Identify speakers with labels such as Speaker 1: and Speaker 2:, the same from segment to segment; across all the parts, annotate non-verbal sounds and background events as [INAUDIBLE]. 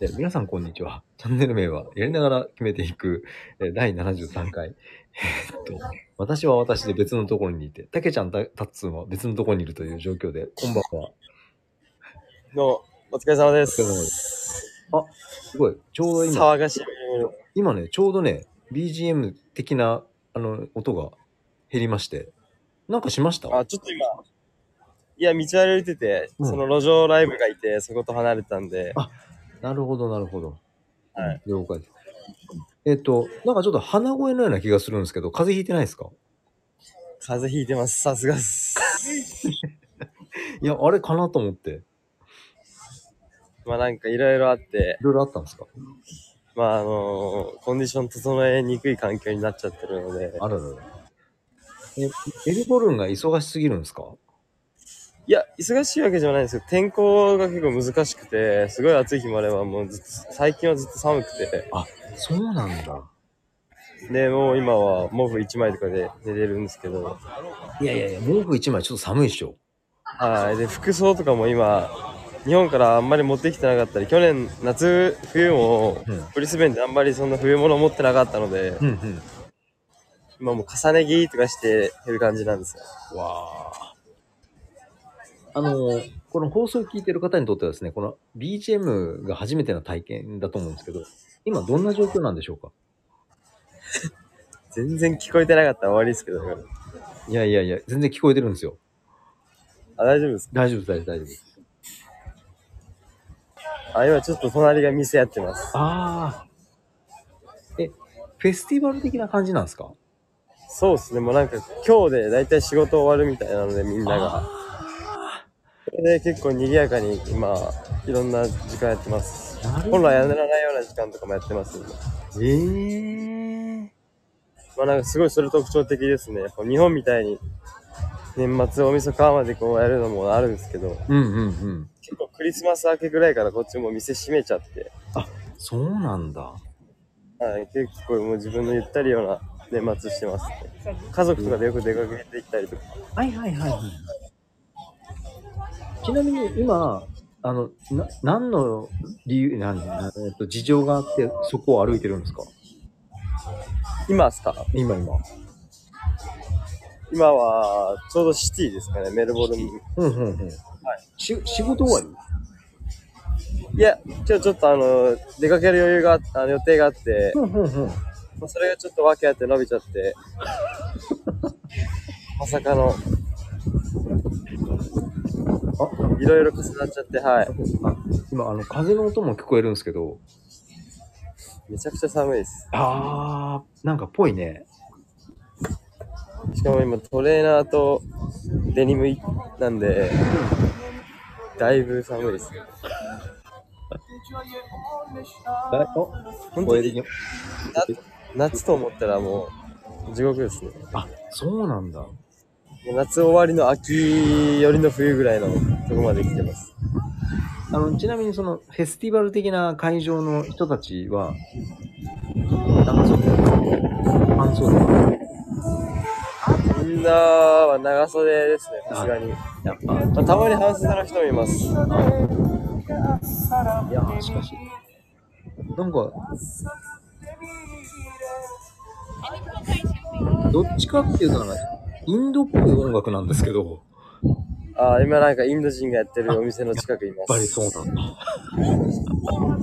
Speaker 1: え皆さんこんにちは。チャンネル名はやりながら決めていくえ第73回。えーっと、私は私で別のところにいて、たけちゃんたたっつーんは別のところにいるという状況で、こんばんは。
Speaker 2: どうも、お疲れ様です。。
Speaker 1: お疲れ様ですすごい、ちょうど今、
Speaker 2: 騒がしい。
Speaker 1: 今ね、ちょうどね、BGM 的なあの音が減りまして、なんかしました
Speaker 2: あ、ちょっと今、いや、道歩いてて、
Speaker 1: うん
Speaker 2: その路上ライブがいて、そこと離れたんで
Speaker 1: あ、なるほど、なるほど。
Speaker 2: はい。
Speaker 1: 了解です。えっと、なんかちょっと鼻声のような気がするんですけど、風邪ひいてないですか
Speaker 2: 風邪ひいてます。さすが
Speaker 1: [LAUGHS]
Speaker 2: っす。
Speaker 1: いや、あれかなと思って、
Speaker 2: まあなんかいろいろあって、
Speaker 1: いろいろあったんですか
Speaker 2: まああのーコンディション整えにくい環境になっちゃってるので、
Speaker 1: あららら。え、エルボルンが忙しすぎるんですか
Speaker 2: いや、忙しいわけじゃないんですけど、天候が結構難しくて、すごい暑い日もあれば、もうずっと、最近はずっと寒くて、
Speaker 1: そうなんだ。
Speaker 2: で、もう今は毛布1枚とかで寝れるんですけど、
Speaker 1: いやいやいや、毛布一枚ちょっと寒いっしょ。
Speaker 2: はい、で服装とかも今日本からあんまり持ってきてなかったり去年夏冬も
Speaker 1: うん。
Speaker 2: ブリスベンであんまりそんな冬物持ってなかったので
Speaker 1: うんうん。
Speaker 2: 今もう重ね着とかしてる感じなんですよ
Speaker 1: わあ。あの、この放送を聞いてる方にとってはですね、この BGM が初めての体験だと思うんですけど、今どんな状況なんでしょうか
Speaker 2: 全然聞こえてなかったら終わりですけど
Speaker 1: いやいやいや、全然聞こえてるんですよ。
Speaker 2: あ大丈夫です
Speaker 1: 大丈夫です、大丈夫大丈夫です。
Speaker 2: あ今ちょっと隣が店やってます
Speaker 1: ああ。え、フェスティバル的な感じなんですか
Speaker 2: そうですねもうなんか今日で大体仕事終わるみたいなのでみんながそれで結構賑やかに今いろんな時間やってます
Speaker 1: なるほど
Speaker 2: 本来やらないような時間とかもやってます今
Speaker 1: ええ
Speaker 2: まあなんかすごいそれ特徴的ですね。やっぱ日本みたいに年末大晦日までこうやるのもあるんですけど、
Speaker 1: うんうんうん。
Speaker 2: 結構クリスマス明けぐらいからこっちも店閉めちゃって、
Speaker 1: そうなんだ。
Speaker 2: はい、結構もう自分のゆったりような年末してます、ね。家族とかでよく出かけてきたりとか。
Speaker 1: はいはいはいはい。ちなみに今、あの、な何の理由、何、なえっと、事情があって、そこを歩いてるんですか
Speaker 2: 今ですか
Speaker 1: 今今。
Speaker 2: 今はちょうどシティですかね、メルボルン。い
Speaker 1: うんうんうん。し仕事終わ
Speaker 2: や、今日ちょっとあの、出かける余裕があっ、あの予定があって
Speaker 1: り、うんうんうん。
Speaker 2: まあそれがちょっと訳あって伸びちゃ [LAUGHS] って、まさかの
Speaker 1: あ、
Speaker 2: いろいろ重なっちゃって、はい。
Speaker 1: あ今、あの、風の音も聞こえるんですけど、
Speaker 2: めちゃくちゃ寒いです。
Speaker 1: あー、なんかぽいね。
Speaker 2: しかも今トレーナーとデニムいなんで、だいぶ寒いです。
Speaker 1: だいお
Speaker 2: 本
Speaker 1: こ
Speaker 2: 当
Speaker 1: れ
Speaker 2: に
Speaker 1: で
Speaker 2: 夏と思ったらもう地獄ですね。
Speaker 1: あ、そうなんだ。
Speaker 2: もう夏終わりの秋寄りの冬ぐらいのとこまで来てます。
Speaker 1: あの、ちなみにその、フェスティバル的な会場の人たちは、長袖とか、半袖とか
Speaker 2: みんなは長袖ですね、さすがに。
Speaker 1: やっぱ、
Speaker 2: まあ、たまに半袖の人もいます。
Speaker 1: いやーしかし。なんか、どっちかっていうとなんか、インドっぽい音楽なんですけど、やっ
Speaker 2: あー今なんかインド人がやってるお店の近くいま
Speaker 1: ぱり
Speaker 2: す。
Speaker 1: そうなん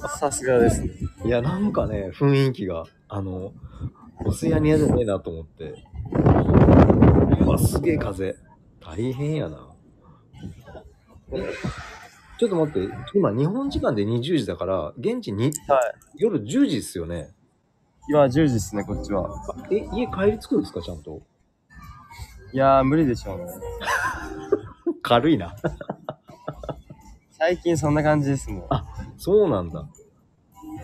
Speaker 1: だ。
Speaker 2: さすがですね。
Speaker 1: いや、なんかね、雰囲気が、あの、オセアニアじゃねえなと思って。あ、すげえ風。大変やな。えちょっと待って、今日本時間で20時だから、現地に
Speaker 2: はい。
Speaker 1: 夜10時っすよね。
Speaker 2: 今10時ですね、こっちは。
Speaker 1: あえ、家帰り着くんですか、ちゃんと。
Speaker 2: いやー無理でしょうね。
Speaker 1: 軽いな。
Speaker 2: 最近そんな感じですもん。
Speaker 1: そうなんだ。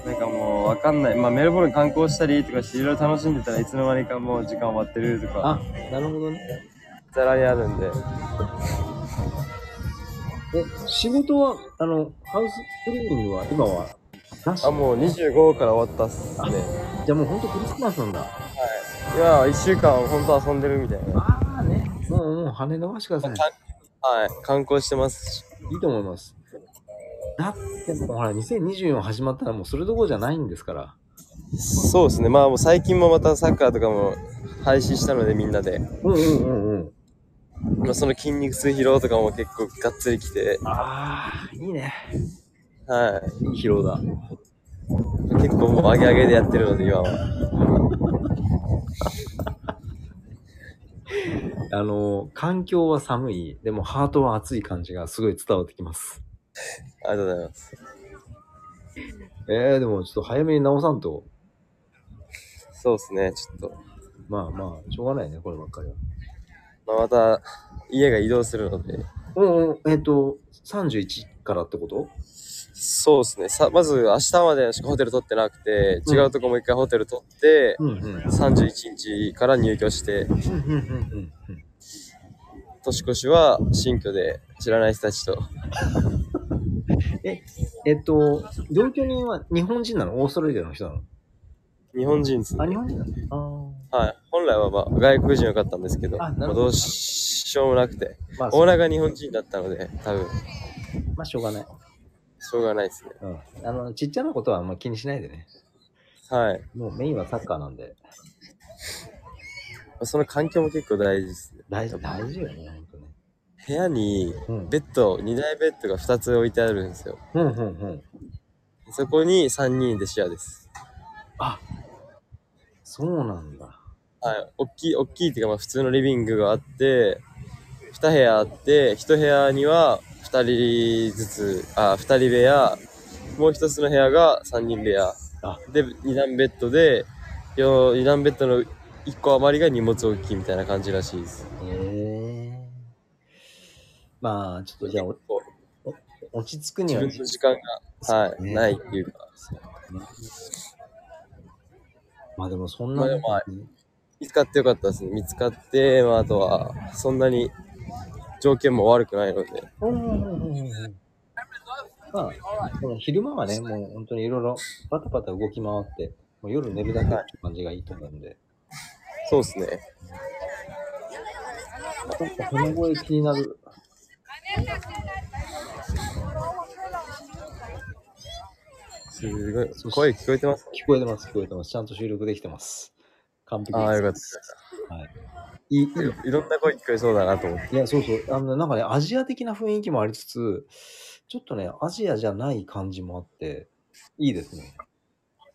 Speaker 2: なんかもうわかんない。まあメルボルン観光したりとかしていろいろ楽しんでたらいつの間にかもう時間終わってるとか、
Speaker 1: あ、なるほどね。
Speaker 2: ざらにあるんで。
Speaker 1: え、仕事は、あの、ハウスクリーニングは今はなし
Speaker 2: あ、もう25から終わったっすね。
Speaker 1: じゃあもうほんとクリスマスなんだ。
Speaker 2: 今は1週間ほんと遊んでるみたいな。
Speaker 1: ああね。もう、もう、羽伸ばしてください。
Speaker 2: はい、観光してますし。
Speaker 1: いいと思います。だってもうほら、2024始まったらもうそれどころじゃないんですから。
Speaker 2: そうですね。まあもう最近もまたサッカーとかも廃止したのでみんなで。
Speaker 1: うんうんうんうん。
Speaker 2: まあその筋肉痛疲労とかも結構がっつりきて、
Speaker 1: ああ、いいね。
Speaker 2: はい
Speaker 1: い疲労だ。
Speaker 2: い。結構もう上げ上げでやってるので今は。
Speaker 1: あの、環境は寒い、でもハートは熱い感じがすごい伝わってきます。
Speaker 2: ありがとうございます。
Speaker 1: えー、でもちょっと早めに直さんと、
Speaker 2: そうですね。ちょっと。
Speaker 1: まあまあ、しょうがないね、こればっかりは。
Speaker 2: まあ、また家が移動するので。
Speaker 1: うんうん、えっ、と、31からってこと
Speaker 2: そうですね。さまず明日までしかホテル取ってなくて、違うとこも一回ホテル取って、
Speaker 1: うんうん。うんうん
Speaker 2: 31日から入居して、
Speaker 1: うんうん。
Speaker 2: 年越しは新居で知らない人たちと。
Speaker 1: えっと、同居人は日本人なのオーストラリアの人なの
Speaker 2: 日本人ですね
Speaker 1: あ、。日本人なの
Speaker 2: はい。本来はまあ外国人よかったんですけど、
Speaker 1: あ
Speaker 2: ま
Speaker 1: なるほ
Speaker 2: あ
Speaker 1: ど
Speaker 2: どうしようもなくて、
Speaker 1: あーまあ、
Speaker 2: オーナーが日本人だったので、多分、
Speaker 1: まあ、しょうがない。
Speaker 2: しょうがないですね。
Speaker 1: うん。あの、ちっちゃなことはあんま気にしないでね。
Speaker 2: はい。
Speaker 1: もうメインはサッカーなんで。
Speaker 2: まあその環境も結構大事ですね。
Speaker 1: 大事、大事よね、ほんとね。
Speaker 2: 部屋に
Speaker 1: うん。
Speaker 2: ベッド、2台ベッドが2つ置いてあるんですよ。
Speaker 1: うんうんうん。
Speaker 2: そこに3人でシェアです。
Speaker 1: あそうなんだ。
Speaker 2: はい。大きい、大きいっていうか、まあ普通のリビングがあって、2部屋あって、1部屋には2人ずつ、あ、2人部屋、もう1つの部屋が3人部屋。
Speaker 1: あ
Speaker 2: で、2段ベッドで、よ2段ベッドの1個余りが荷物置きみたいな感じらしいです。
Speaker 1: へえまあ、ちょっとじゃあ、お
Speaker 2: こう
Speaker 1: 落ち着くに
Speaker 2: 自
Speaker 1: は
Speaker 2: 分の時間が、はい、
Speaker 1: ね
Speaker 2: ないっていうか、
Speaker 1: まあでもそんな、
Speaker 2: まあでもまあ見つかってよかったですね。見つかって、まあ、あとは、そんなに条件も悪くないので、
Speaker 1: うんうんうんうんうんまあ、この昼間はね、もう本当にいろいろバタバタ動き回って、もう夜寝るだけって感じがいいと思うんで、
Speaker 2: そうですね。
Speaker 1: ちょっとこの声気になる。
Speaker 2: すごい、声聞こえてます
Speaker 1: 聞こえてます、聞こえてます。ちゃんと収録できてます。完璧です。
Speaker 2: ああ、よかっ
Speaker 1: いい、いい
Speaker 2: た。いろんな声聞こえそうだなと思って。
Speaker 1: いや、そうそう。あの、なんかね、アジア的な雰囲気もありつつ、ちょっとね、アジアじゃない感じもあって、いいですね。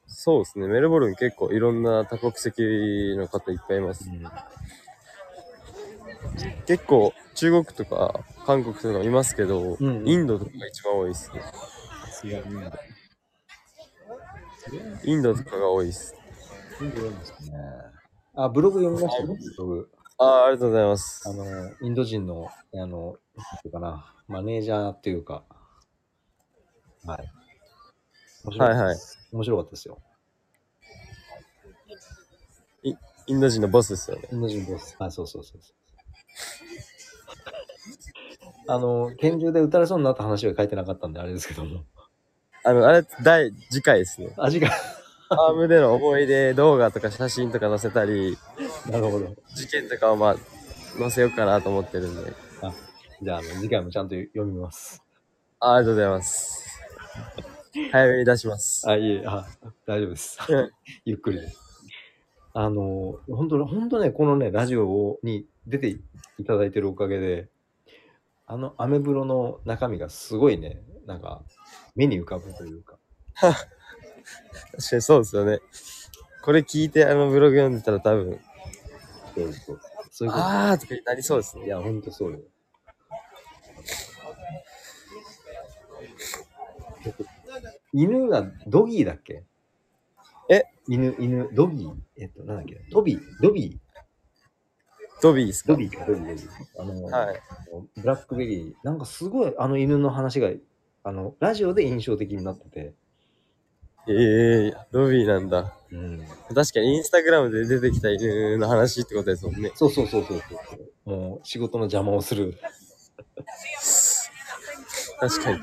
Speaker 2: そうですね。メルボルン結構いろんな多国籍の方いっぱいいます。結構、中国とか韓国とかいますけど、
Speaker 1: うんうん
Speaker 2: インドとかが一番多いですね。インドとかが多いです。
Speaker 1: ねあ、ブログ読みましたよ、ブログ。
Speaker 2: ああ、ありがとうございます。
Speaker 1: あの、インド人の、あの、なんていうかな、マネージャーっていうか、はい。面白
Speaker 2: はいはい。
Speaker 1: 面白かったですよ。
Speaker 2: インド人のボスですよね。
Speaker 1: インド人ボス。はい、そうそうそうそう。あの、拳銃で撃たれそうになった話は書いてなかったんで、あれですけども。
Speaker 2: あの、あれ、第、次回ですね。
Speaker 1: 味が、
Speaker 2: アームでの思い出動画とか写真とか載せたり、
Speaker 1: なるほど。
Speaker 2: 事件とかはまあ、載せようかなと思ってるんで。
Speaker 1: じゃあ、あの次回もちゃんと読みます。
Speaker 2: あありがとうございます。早めに出します。
Speaker 1: あ、いえ、あ、大丈夫です
Speaker 2: うん。
Speaker 1: [LAUGHS] ゆっくりです。あの、本当に、本当ね、このね、ラジオに出ていただいてるおかげで、あの、アメブロの中身がすごいね、なんか、目に浮かぶというか。
Speaker 2: 確かにそうですよね。これ聞いて、あのブログ読んでたら多分、
Speaker 1: そうそうそういうこ
Speaker 2: ああとかになりそうです
Speaker 1: と。い
Speaker 2: ね。
Speaker 1: や、本当そうよ。犬がドギーだっけ
Speaker 2: え
Speaker 1: 犬、犬、ドギーえっと、なんだっけドビー、ドビー、
Speaker 2: ドビーですか
Speaker 1: ドビーか、ドビー、ドビー。あの、
Speaker 2: はい。
Speaker 1: ブラックベリー、なんかすごいあの犬の話が、あの、ラジオで印象的になってて。
Speaker 2: ええドビーなんだ。
Speaker 1: うん。
Speaker 2: 確かにインスタグラムで出てきた犬の話ってことですもんね。
Speaker 1: そうそうそうそうそう。もう仕事の邪魔をする。
Speaker 2: 確かに。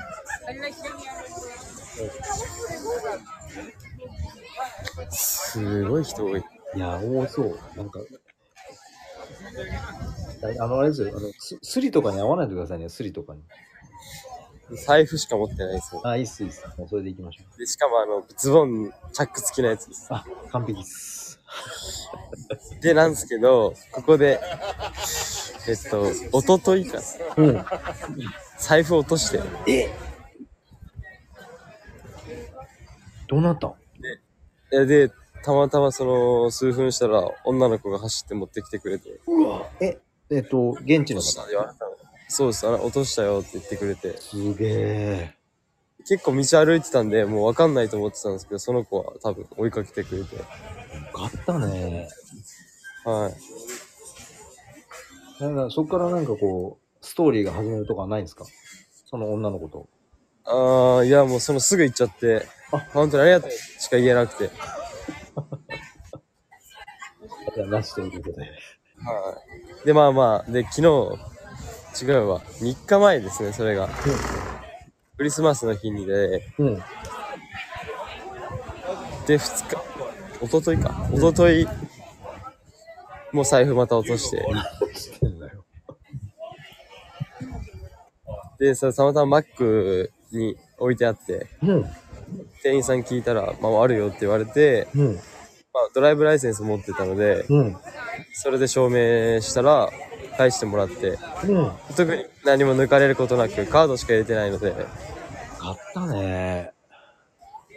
Speaker 2: すごい人多い。
Speaker 1: いや、多そう。なんか。ああの、あれですよ。あの、ススリとかに合わないでくださいね、スリとかに。
Speaker 2: 財布しか持ってないですよ。
Speaker 1: あ、いいっす、いいっす。もうそれで行きましょ
Speaker 2: で、しかもあの、ズボン、チャック付きのやつです。
Speaker 1: う。完璧っす。
Speaker 2: で、なんですけど、ここで、えっと、おとといかな、
Speaker 1: うん。
Speaker 2: 財布落として、
Speaker 1: どうなったん
Speaker 2: で、でたまたまその、数分したら、女の子が走って持ってきてくれて、
Speaker 1: うわえ、えっと、現地
Speaker 2: 落
Speaker 1: の
Speaker 2: とした
Speaker 1: 方。
Speaker 2: って言われたの。そうです、あれ落としたよって言ってくれて、
Speaker 1: すげえ。
Speaker 2: 結構道歩いてたんで、もうわかんないと思ってたんですけど、その子は多分追いかけてくれて、
Speaker 1: よかったね。
Speaker 2: はい。
Speaker 1: なんか、そこからなんかこう、ストーリーが始めるとかはないんですかその女の子と。
Speaker 2: ああ、いや、もうそのすぐ行っちゃって、
Speaker 1: あ
Speaker 2: 本当にありがとうしか言えなくて。
Speaker 1: じゃあなしということで。
Speaker 2: はい。で、まあまあ、で、昨日、違うわ、3日前ですね、それが。クリスマスの日にで、
Speaker 1: うん。
Speaker 2: で、2日、一昨日か、一昨日もう財布また落として、
Speaker 1: してんだよ。
Speaker 2: で、それたまたまマックに置いてあって、
Speaker 1: うん。
Speaker 2: 店員さん聞いたら、まああるよって言われて、
Speaker 1: うん。
Speaker 2: まあドライブライセンス持ってたので、
Speaker 1: うん。
Speaker 2: それで証明したら、返してもらって、
Speaker 1: うん。よ
Speaker 2: 特に何も抜かれることなくカードしか入れてないので、
Speaker 1: かったね。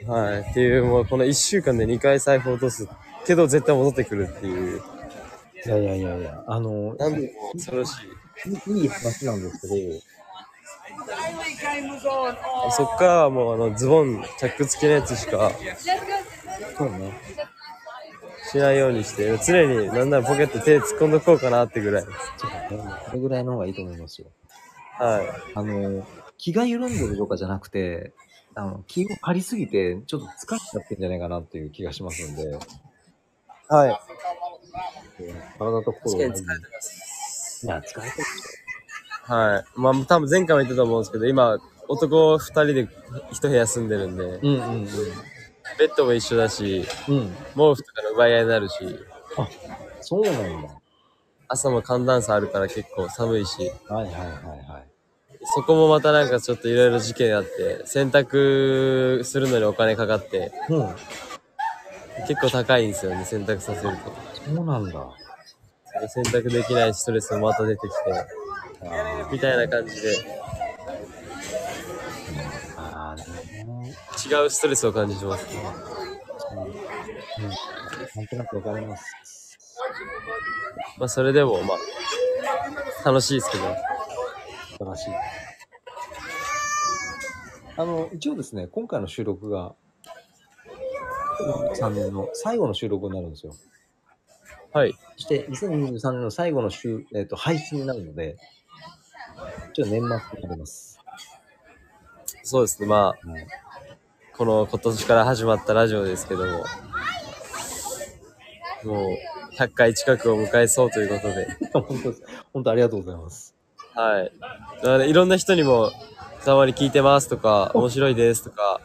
Speaker 2: はい、っていうもうこの1週間で2回財布落とすけど絶対戻ってくるっていう
Speaker 1: いやいやいやいや、あの、
Speaker 2: なんでも恐ろしい
Speaker 1: いいい話なんですけど、
Speaker 2: そっからはもうあのズボンチャック付きのやつしか
Speaker 1: そうね。
Speaker 2: しないようにして常になんならポケット手突っ込んどこうかなってぐらい
Speaker 1: ちょっとね、これぐらいの方がいいと思いますよ。
Speaker 2: は
Speaker 1: あの、気が緩んでるとかじゃなくて、あの、気を張りすぎて、ちょっと疲れちゃってんじゃないかなっていう気がしますんで、
Speaker 2: いはい
Speaker 1: 体と心
Speaker 2: 確
Speaker 1: を大
Speaker 2: かに疲
Speaker 1: 事
Speaker 2: れ
Speaker 1: に
Speaker 2: てます
Speaker 1: いや、疲れてる。
Speaker 2: はいまあ多分前回も言ったと思うんですけど今男2人で1部屋住んでるんで
Speaker 1: うんうん
Speaker 2: ベッドも一緒だし
Speaker 1: うん。うん。
Speaker 2: 毛布とかの奪い合いになるし
Speaker 1: そうなんだ。
Speaker 2: 朝も寒暖差あるから結構寒いし
Speaker 1: はいはいはいはい。
Speaker 2: そこもまたなんかちょっといろいろ事件あって、洗濯するのにお金かかって、
Speaker 1: うん。
Speaker 2: 結構高いんですよね、洗濯させると。
Speaker 1: そうなんだ。
Speaker 2: 洗濯できないストレスもまた出てきて、
Speaker 1: あ
Speaker 2: みたいな感じで、
Speaker 1: ーあー、でもね。
Speaker 2: 違うストレスを感じてます。
Speaker 1: うん。うんなんとなくわかります。
Speaker 2: まあそれでも、まあ、楽しいですけど。
Speaker 1: 素晴らしい。あの、一応ですね、今回の収録が、3年の最後の収録になるんですよ。
Speaker 2: はい。
Speaker 1: そして、2023年の最後の週、えっ、と、配信になるので、一応年末になります。
Speaker 2: そうですね、まあ、
Speaker 1: はい。
Speaker 2: この今年から始まったラジオですけども、もう、100回近くを迎えそうということで、
Speaker 1: 本当です。本当ありがとうございます。
Speaker 2: はい。だからいろんな人にも、たまに聞いてますとか、面白いですとか、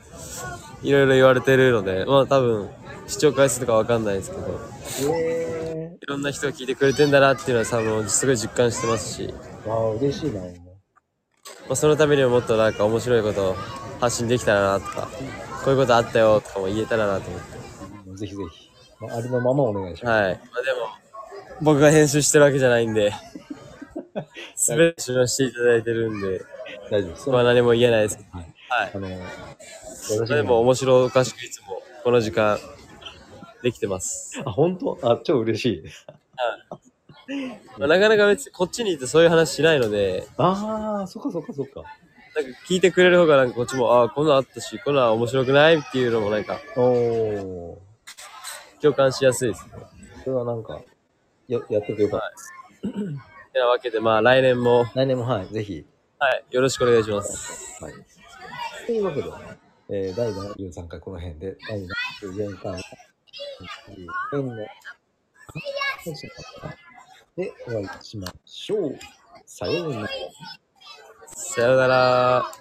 Speaker 2: いろいろ言われてるので、まあ多分、視聴回数とかわかんないですけど、
Speaker 1: え
Speaker 2: いろんな人が聞いてくれてんだなっていうのは多分、すごい実感してますし、
Speaker 1: ー、わあ、嬉しいな、
Speaker 2: まあそのためにももっとなんか面白いことを発信できたらなとか、こういうことあったよとかも言えたらなと思って。
Speaker 1: ぜひぜひ、まあ、ありのままお願いしま
Speaker 2: [LAUGHS] はい。まあでも、僕が編集してるわけじゃないん [LAUGHS] で、すべてをしていただいてるんで、
Speaker 1: す。大丈夫です。
Speaker 2: まあ何も言えないですけど、
Speaker 1: はい
Speaker 2: はい。
Speaker 1: あの、よろし
Speaker 2: で
Speaker 1: い
Speaker 2: も面白おかしくいつもこの時間できてます。
Speaker 1: あ、本当あ、超嬉しい。
Speaker 2: まあなかなか別にこっちにいてそういう話しないので、
Speaker 1: ああ、そっかそっかそっか。
Speaker 2: なんか聞いてくれる方がなんかこっちも、ああ、こんなのあったし、こんなの面白くないっていうのもなんか
Speaker 1: おー。
Speaker 2: 共感しやすいですね。
Speaker 1: それはなんか、ややっててよかった。
Speaker 2: てなわけでまあ来年も、
Speaker 1: 来年もはい、ぜひ。
Speaker 2: はい、よろしくお願いします。
Speaker 1: はい。というわけで、えー、第73回この辺で、第74回は、円の、で、お会いしましょう。さようなら。
Speaker 2: さよなら。